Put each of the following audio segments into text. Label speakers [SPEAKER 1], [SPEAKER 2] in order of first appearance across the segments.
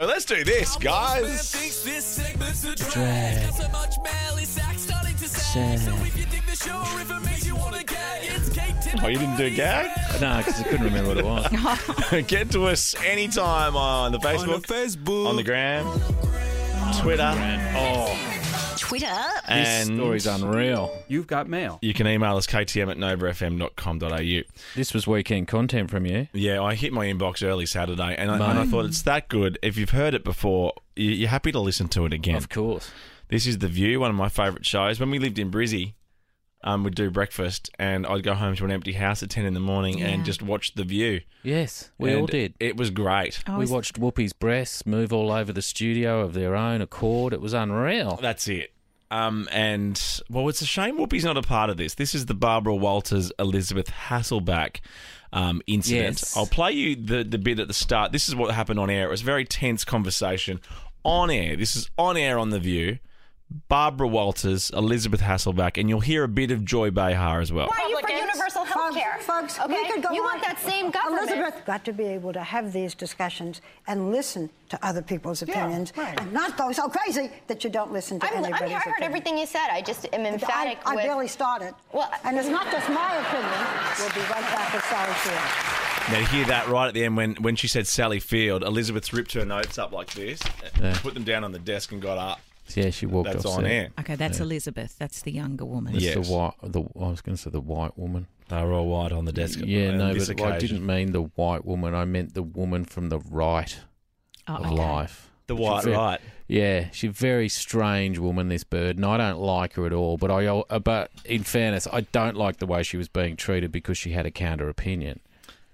[SPEAKER 1] Well, let's do this, guys. Oh, you didn't do gag?
[SPEAKER 2] No, because I couldn't remember what it was.
[SPEAKER 1] Get to us anytime on the Facebook, on the,
[SPEAKER 3] Facebook.
[SPEAKER 1] gram, Twitter. Oh,
[SPEAKER 4] uh,
[SPEAKER 5] Twitter.
[SPEAKER 2] this
[SPEAKER 1] and
[SPEAKER 2] story's unreal.
[SPEAKER 3] You've got mail.
[SPEAKER 1] you can email us ktm at nobrfm.com.au.
[SPEAKER 2] This was weekend content from you.
[SPEAKER 1] Yeah, I hit my inbox early Saturday, and I, and I
[SPEAKER 2] Mate.
[SPEAKER 1] thought it's that good. If you've heard it before, you- you're happy to listen to it again.
[SPEAKER 2] Of course.
[SPEAKER 1] This is The View, one of my favourite shows. When we lived in Brizzy, um, we'd do breakfast, and I'd go home to an empty house at 10 in the morning and
[SPEAKER 5] Yeah.
[SPEAKER 1] just watch The View.
[SPEAKER 2] Yes, we all
[SPEAKER 1] And
[SPEAKER 2] did.
[SPEAKER 1] It was great.
[SPEAKER 5] Oh,
[SPEAKER 2] we
[SPEAKER 5] is-
[SPEAKER 2] watched Whoopi's breasts move all over the studio of their own accord. It was unreal.
[SPEAKER 1] That's it. Um, and well, it's a shame Whoopi's not a part of this. This is the Barbara Walters Elizabeth Hasselback um, incident.
[SPEAKER 2] Yes.
[SPEAKER 1] I'll play you the the bit at the start. This is what happened on air. It was a very tense conversation on air. This is on air on the View. Barbara Walters, Elizabeth Hasselback, and you'll hear a bit of Joy Behar as well.
[SPEAKER 6] Why are you for
[SPEAKER 7] Republicans.
[SPEAKER 6] universal health care?
[SPEAKER 7] Folks, folks,
[SPEAKER 6] okay?
[SPEAKER 7] we could go
[SPEAKER 6] you
[SPEAKER 7] on.
[SPEAKER 6] want that same government.
[SPEAKER 7] Elizabeth got to be able to have these discussions and listen to other people's opinions
[SPEAKER 6] right.
[SPEAKER 7] and not go so crazy that you don't listen to
[SPEAKER 6] I'm, I'm,
[SPEAKER 7] anybody's
[SPEAKER 6] I heard
[SPEAKER 7] opinion.
[SPEAKER 6] everything you said. I just am emphatic
[SPEAKER 7] I, I
[SPEAKER 6] with.
[SPEAKER 7] barely started.
[SPEAKER 6] Well,
[SPEAKER 7] and it's not just my opinion. We'll be right back with Sally Field.
[SPEAKER 1] Now you hear that right at the end when, when she said Sally Field, Elizabeth ripped her notes up like this,
[SPEAKER 2] Yeah.
[SPEAKER 1] put them down on the desk and got up.
[SPEAKER 2] Yeah, she walked
[SPEAKER 1] That's
[SPEAKER 2] off.
[SPEAKER 1] on
[SPEAKER 2] set.
[SPEAKER 1] air.
[SPEAKER 5] Okay, that's Elizabeth. That's the younger woman.
[SPEAKER 2] That's
[SPEAKER 1] Yeah. Yes.
[SPEAKER 2] the white. The, I was going to say the white woman.
[SPEAKER 1] They were all white on the desk.
[SPEAKER 2] yeah,
[SPEAKER 1] on
[SPEAKER 2] no, but
[SPEAKER 1] this
[SPEAKER 2] I
[SPEAKER 1] occasion.
[SPEAKER 2] didn't mean the white woman. I meant the woman from the right
[SPEAKER 5] Oh,
[SPEAKER 2] of
[SPEAKER 5] okay.
[SPEAKER 2] life.
[SPEAKER 1] The white
[SPEAKER 2] She's very-
[SPEAKER 1] right.
[SPEAKER 2] Yeah, she's a very strange woman, this bird, and I don't like her at all. But I, uh, but in fairness, I don't like the way she was being treated because she had a counter opinion.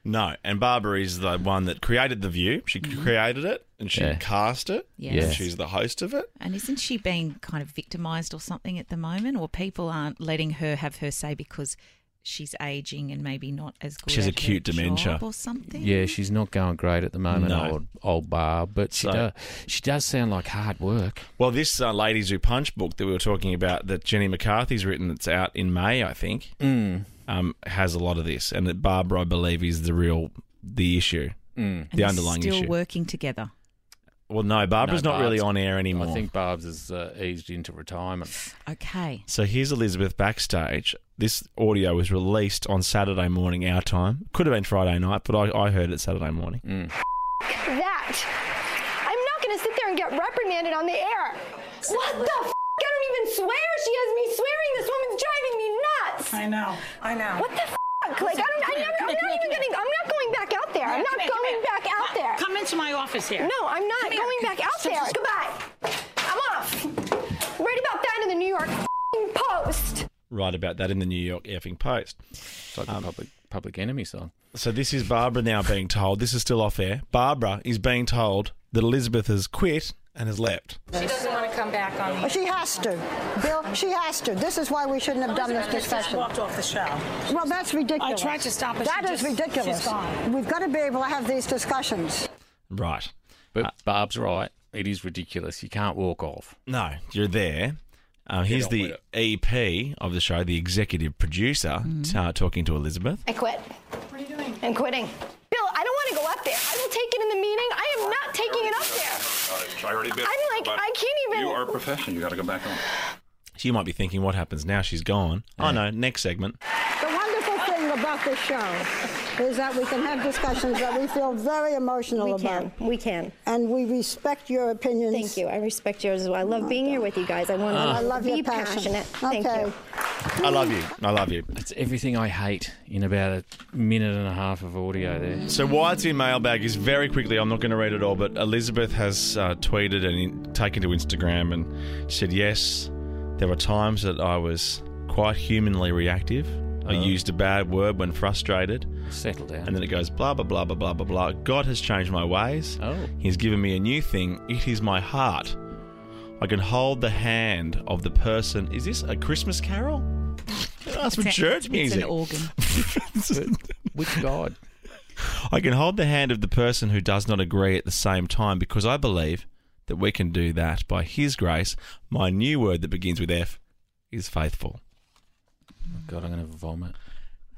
[SPEAKER 1] No, and Barbara is the one that created the view. She created it and she
[SPEAKER 2] Mm-hmm. Yeah.
[SPEAKER 1] cast it.
[SPEAKER 5] Yes.
[SPEAKER 1] And she's the host of it.
[SPEAKER 5] And isn't she being kind of victimised or something at the moment? Or people aren't letting her have her say because she's aging and maybe not as good.
[SPEAKER 1] She has
[SPEAKER 5] at
[SPEAKER 1] acute
[SPEAKER 5] her
[SPEAKER 1] dementia.
[SPEAKER 5] job or something.
[SPEAKER 2] Yeah, she's not going great at the moment,
[SPEAKER 1] No.
[SPEAKER 2] old old Barb. But she
[SPEAKER 1] So-
[SPEAKER 2] does, she does sound like hard work.
[SPEAKER 1] Well, this uh, Ladies Who Punch book that we were talking about that Jenny McCarthy's written that's out in May, I think,
[SPEAKER 2] Mm.
[SPEAKER 1] um, has a lot of this. And that Barbara, I believe, is the real, the issue.
[SPEAKER 2] Mm.
[SPEAKER 5] and
[SPEAKER 1] the
[SPEAKER 5] they're
[SPEAKER 1] underlying
[SPEAKER 5] still
[SPEAKER 1] issue.
[SPEAKER 5] working together.
[SPEAKER 1] Well, no, Barbara's
[SPEAKER 2] No,
[SPEAKER 1] not really on
[SPEAKER 2] Barb's-
[SPEAKER 1] air anymore.
[SPEAKER 2] I think Barb's has uh, eased into retirement.
[SPEAKER 5] Okay.
[SPEAKER 1] So here's Elizabeth backstage. This audio was released on Saturday morning, our time. Could have been Friday night, but I, I heard it Saturday morning.
[SPEAKER 4] that. I'm not going to sit there and get reprimanded on the air. What the f? I don't even swear. She has me swearing. This woman's driving me nuts.
[SPEAKER 8] I know, I know.
[SPEAKER 4] What the f? Like I don't. I never. I'm not even getting. I'm not going back out there. I'm
[SPEAKER 8] Come
[SPEAKER 4] not
[SPEAKER 8] here, come
[SPEAKER 4] going
[SPEAKER 8] here.
[SPEAKER 4] back out there.
[SPEAKER 8] Come into my office here.
[SPEAKER 4] No, I'm not
[SPEAKER 8] Come here.
[SPEAKER 4] going back out there. Goodbye. I'm off. Write about that in the New York f***ing Post.
[SPEAKER 1] Right about that in the New York effing Post.
[SPEAKER 2] It's like
[SPEAKER 1] Um,
[SPEAKER 2] a public public enemy song.
[SPEAKER 1] So this is Barbara now being told. This is still off air. Barbara is being told that Elizabeth has quit and has left.
[SPEAKER 8] doesn't want to come back on
[SPEAKER 4] Oh,
[SPEAKER 8] the
[SPEAKER 7] Well, she has to. Bill, she has to. This is why we shouldn't have done this
[SPEAKER 8] just
[SPEAKER 7] discussion.
[SPEAKER 8] walked off the show.
[SPEAKER 7] Well, that's ridiculous.
[SPEAKER 8] tried to stop her.
[SPEAKER 7] That
[SPEAKER 8] She
[SPEAKER 7] is
[SPEAKER 8] just-
[SPEAKER 7] ridiculous.
[SPEAKER 8] she's gone.
[SPEAKER 7] We've got to be able to have these discussions.
[SPEAKER 1] Right.
[SPEAKER 2] But
[SPEAKER 1] uh,
[SPEAKER 2] Barb's right. It is ridiculous. You can't walk off.
[SPEAKER 1] No, you're there. Um, here's the EP of the show, the executive producer, ta- talking to Elizabeth.
[SPEAKER 4] I quit. What are you doing? I'm quitting. Bill, I don't want to go up there. I will take it in the meeting. I am not taking it up there.
[SPEAKER 9] I already bid.
[SPEAKER 4] I'm like,
[SPEAKER 9] But
[SPEAKER 4] I can't even-
[SPEAKER 9] You are a professional. You got to go back on.
[SPEAKER 1] So you might be thinking, what happens now? She's gone. Oh no, next segment.
[SPEAKER 7] The wonderful thing about this show is that we can have discussions that we feel very emotional
[SPEAKER 4] We
[SPEAKER 7] about.
[SPEAKER 4] can. We can.
[SPEAKER 7] And we respect your opinions.
[SPEAKER 4] Thank you. I respect yours as well. I love being here with you guys. Ah. I want to
[SPEAKER 7] I love
[SPEAKER 4] be
[SPEAKER 7] your passion.
[SPEAKER 4] passionate. Thank
[SPEAKER 7] Okay.
[SPEAKER 4] you.
[SPEAKER 1] I love you. I love you.
[SPEAKER 2] It's everything I hate in about a minute and a half of audio there.
[SPEAKER 1] So why it's in mailbag is very quickly. I'm not going to read it all, but Elizabeth has uh, tweeted and in, taken to Instagram and said, "Yes, there were times that I was quite humanly reactive. I
[SPEAKER 5] Uh-huh.
[SPEAKER 1] used a bad word when frustrated,
[SPEAKER 2] Settle down.
[SPEAKER 1] and then it goes blah blah blah blah blah blah blah. God has changed my ways.
[SPEAKER 2] Oh.
[SPEAKER 1] He's given me a new thing. It is my heart. I can hold the hand of the person. Is this a Christmas carol? That's from
[SPEAKER 5] It's a-
[SPEAKER 1] church
[SPEAKER 5] It's
[SPEAKER 1] music.
[SPEAKER 5] an organ.
[SPEAKER 2] Which God?
[SPEAKER 1] I can hold the hand of the person who does not agree at the same time because I believe that we can do that by His grace. My new word that begins with F is faithful.
[SPEAKER 2] God, I'm going to vomit.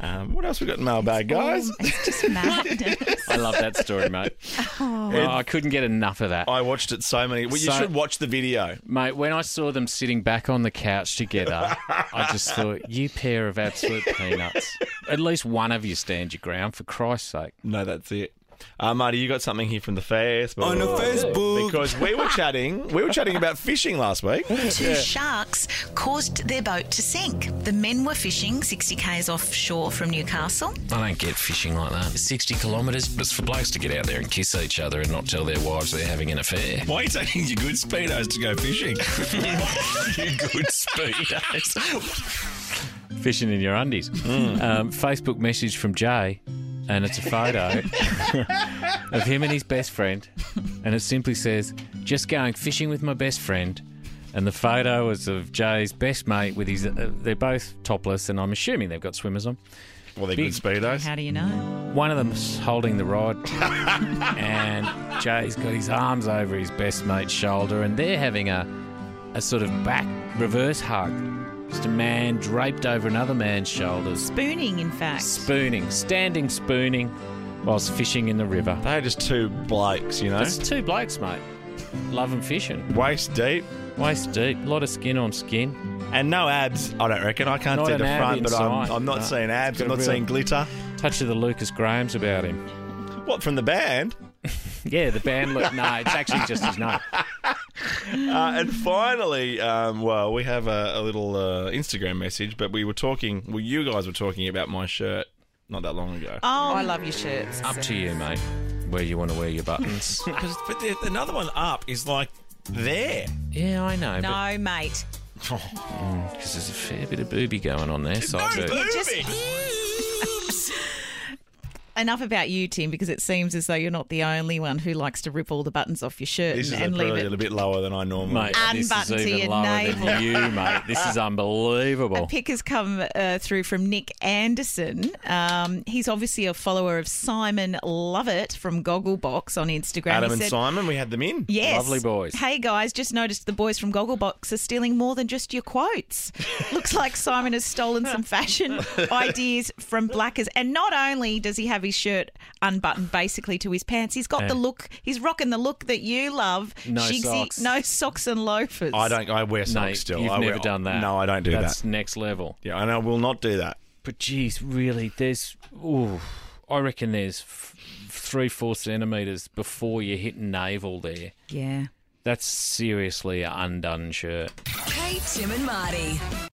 [SPEAKER 1] Um, what else we got in mailbag, guys?
[SPEAKER 5] It's just madness.
[SPEAKER 2] I love that story, mate. Well, I couldn't get enough of that.
[SPEAKER 1] I watched it so many. Well, you
[SPEAKER 2] So-
[SPEAKER 1] should watch the video.
[SPEAKER 2] Mate, when I saw them sitting back on the couch together, I just thought, you pair of absolute peanuts. At least one of you stand your ground, for Christ's sake.
[SPEAKER 1] No, that's it. Uh, Marty, you got something here from the Facebook. Oh.
[SPEAKER 3] On the Facebook.
[SPEAKER 1] Because we were chatting, we were chatting about fishing last week.
[SPEAKER 10] Two sharks caused their boat to sink. The men were fishing 60 k's offshore from Newcastle.
[SPEAKER 11] I don't get fishing like that. 60 kilometres, but it's for blokes to get out there and kiss each other and not tell their wives they're having an affair.
[SPEAKER 3] Why are you taking your good speedos to go fishing?
[SPEAKER 11] You good speedos.
[SPEAKER 2] Fishing in your undies. Um, Facebook message from Jay, and it's a photo of him and his best friend, and it simply says, just going fishing with my best friend. And the photo is of Jay's best mate with his. Uh, they're both topless, and I'm assuming they've got swimmers on.
[SPEAKER 1] Well, they're good speedos.
[SPEAKER 5] How do you know?
[SPEAKER 2] One of them's holding the rod, and Jay's got his arms over his best mate's shoulder, and they're having a, a sort of back reverse hug. Just a man draped over another man's shoulders,
[SPEAKER 5] Spooning, in fact.
[SPEAKER 2] spooning, standing spooning, whilst fishing in the river.
[SPEAKER 1] They're just two blokes, you know,
[SPEAKER 2] That's two blokes, mate. Loving fishing,
[SPEAKER 1] waist deep
[SPEAKER 2] waist deep, a lot of skin on skin.
[SPEAKER 1] and no abs. I don't reckon. I can't
[SPEAKER 2] Not
[SPEAKER 1] see
[SPEAKER 2] an
[SPEAKER 1] the
[SPEAKER 2] ab
[SPEAKER 1] front, but I'm,
[SPEAKER 2] inside.
[SPEAKER 1] I'm not
[SPEAKER 2] No.
[SPEAKER 1] seeing abs.
[SPEAKER 2] It's
[SPEAKER 1] I'm
[SPEAKER 2] got a
[SPEAKER 1] not
[SPEAKER 2] real-
[SPEAKER 1] seeing glitter.
[SPEAKER 2] Touch of the Lucas Grahams about him.
[SPEAKER 1] What from the band?
[SPEAKER 2] Yeah, the band look. no, it's actually just his name.
[SPEAKER 1] Uh, and finally, um, well, we have a, a little uh, Instagram message, but we were talking. Well, you guys were talking about my shirt not that long ago.
[SPEAKER 5] Oh, I love your shirts.
[SPEAKER 2] Up to you, mate. Where you want to wear your buttons.
[SPEAKER 3] Because- but the, another one up is like there.
[SPEAKER 2] yeah, I know. but-
[SPEAKER 5] No, mate.
[SPEAKER 2] Because there's a fair bit of booby going on there, so I
[SPEAKER 3] no
[SPEAKER 2] do.
[SPEAKER 3] boobing.
[SPEAKER 5] Enough about you, Tim, because it seems as though you're not the only one who likes to rip all the buttons off your shirt
[SPEAKER 1] This is
[SPEAKER 5] and,
[SPEAKER 1] a,
[SPEAKER 5] and
[SPEAKER 1] probably
[SPEAKER 5] leave
[SPEAKER 1] a
[SPEAKER 5] it.
[SPEAKER 1] little bit lower than I normally.
[SPEAKER 2] Mate, this is
[SPEAKER 5] Unbutton to
[SPEAKER 2] even
[SPEAKER 5] your
[SPEAKER 2] lower
[SPEAKER 5] navel.
[SPEAKER 2] than you, mate. This is
[SPEAKER 5] A
[SPEAKER 2] unbelievable.
[SPEAKER 5] pick has come uh, through from Nick Anderson. Um, he's obviously a follower of Simon Lovett from Gogglebox on Instagram.
[SPEAKER 1] Adam
[SPEAKER 5] He
[SPEAKER 1] and
[SPEAKER 5] said-
[SPEAKER 1] Simon, we had them in.
[SPEAKER 5] Yes.
[SPEAKER 2] Lovely boys.
[SPEAKER 5] Hey guys, just noticed the boys from Gogglebox are stealing more than just your quotes. Looks like Simon has stolen some fashion ideas from Blackers. And not only does he have his shirt unbuttoned basically to his pants, he's got the look, he's rocking the look that you love.
[SPEAKER 2] No socks.
[SPEAKER 5] No socks and loafers.
[SPEAKER 1] I don't. I wear socks
[SPEAKER 2] Mate,
[SPEAKER 1] still.
[SPEAKER 2] you've
[SPEAKER 1] I
[SPEAKER 2] never
[SPEAKER 1] wear-
[SPEAKER 2] done that.
[SPEAKER 1] No, I don't do
[SPEAKER 2] That's
[SPEAKER 1] that.
[SPEAKER 2] next level.
[SPEAKER 1] Yeah, and I will not do that.
[SPEAKER 2] But geez, really, there's. Ooh, I reckon there's f- three, four centimetres before you hit navel there.
[SPEAKER 5] Yeah.
[SPEAKER 2] That's seriously an undone shirt.
[SPEAKER 10] Kate, Tim, and Marty.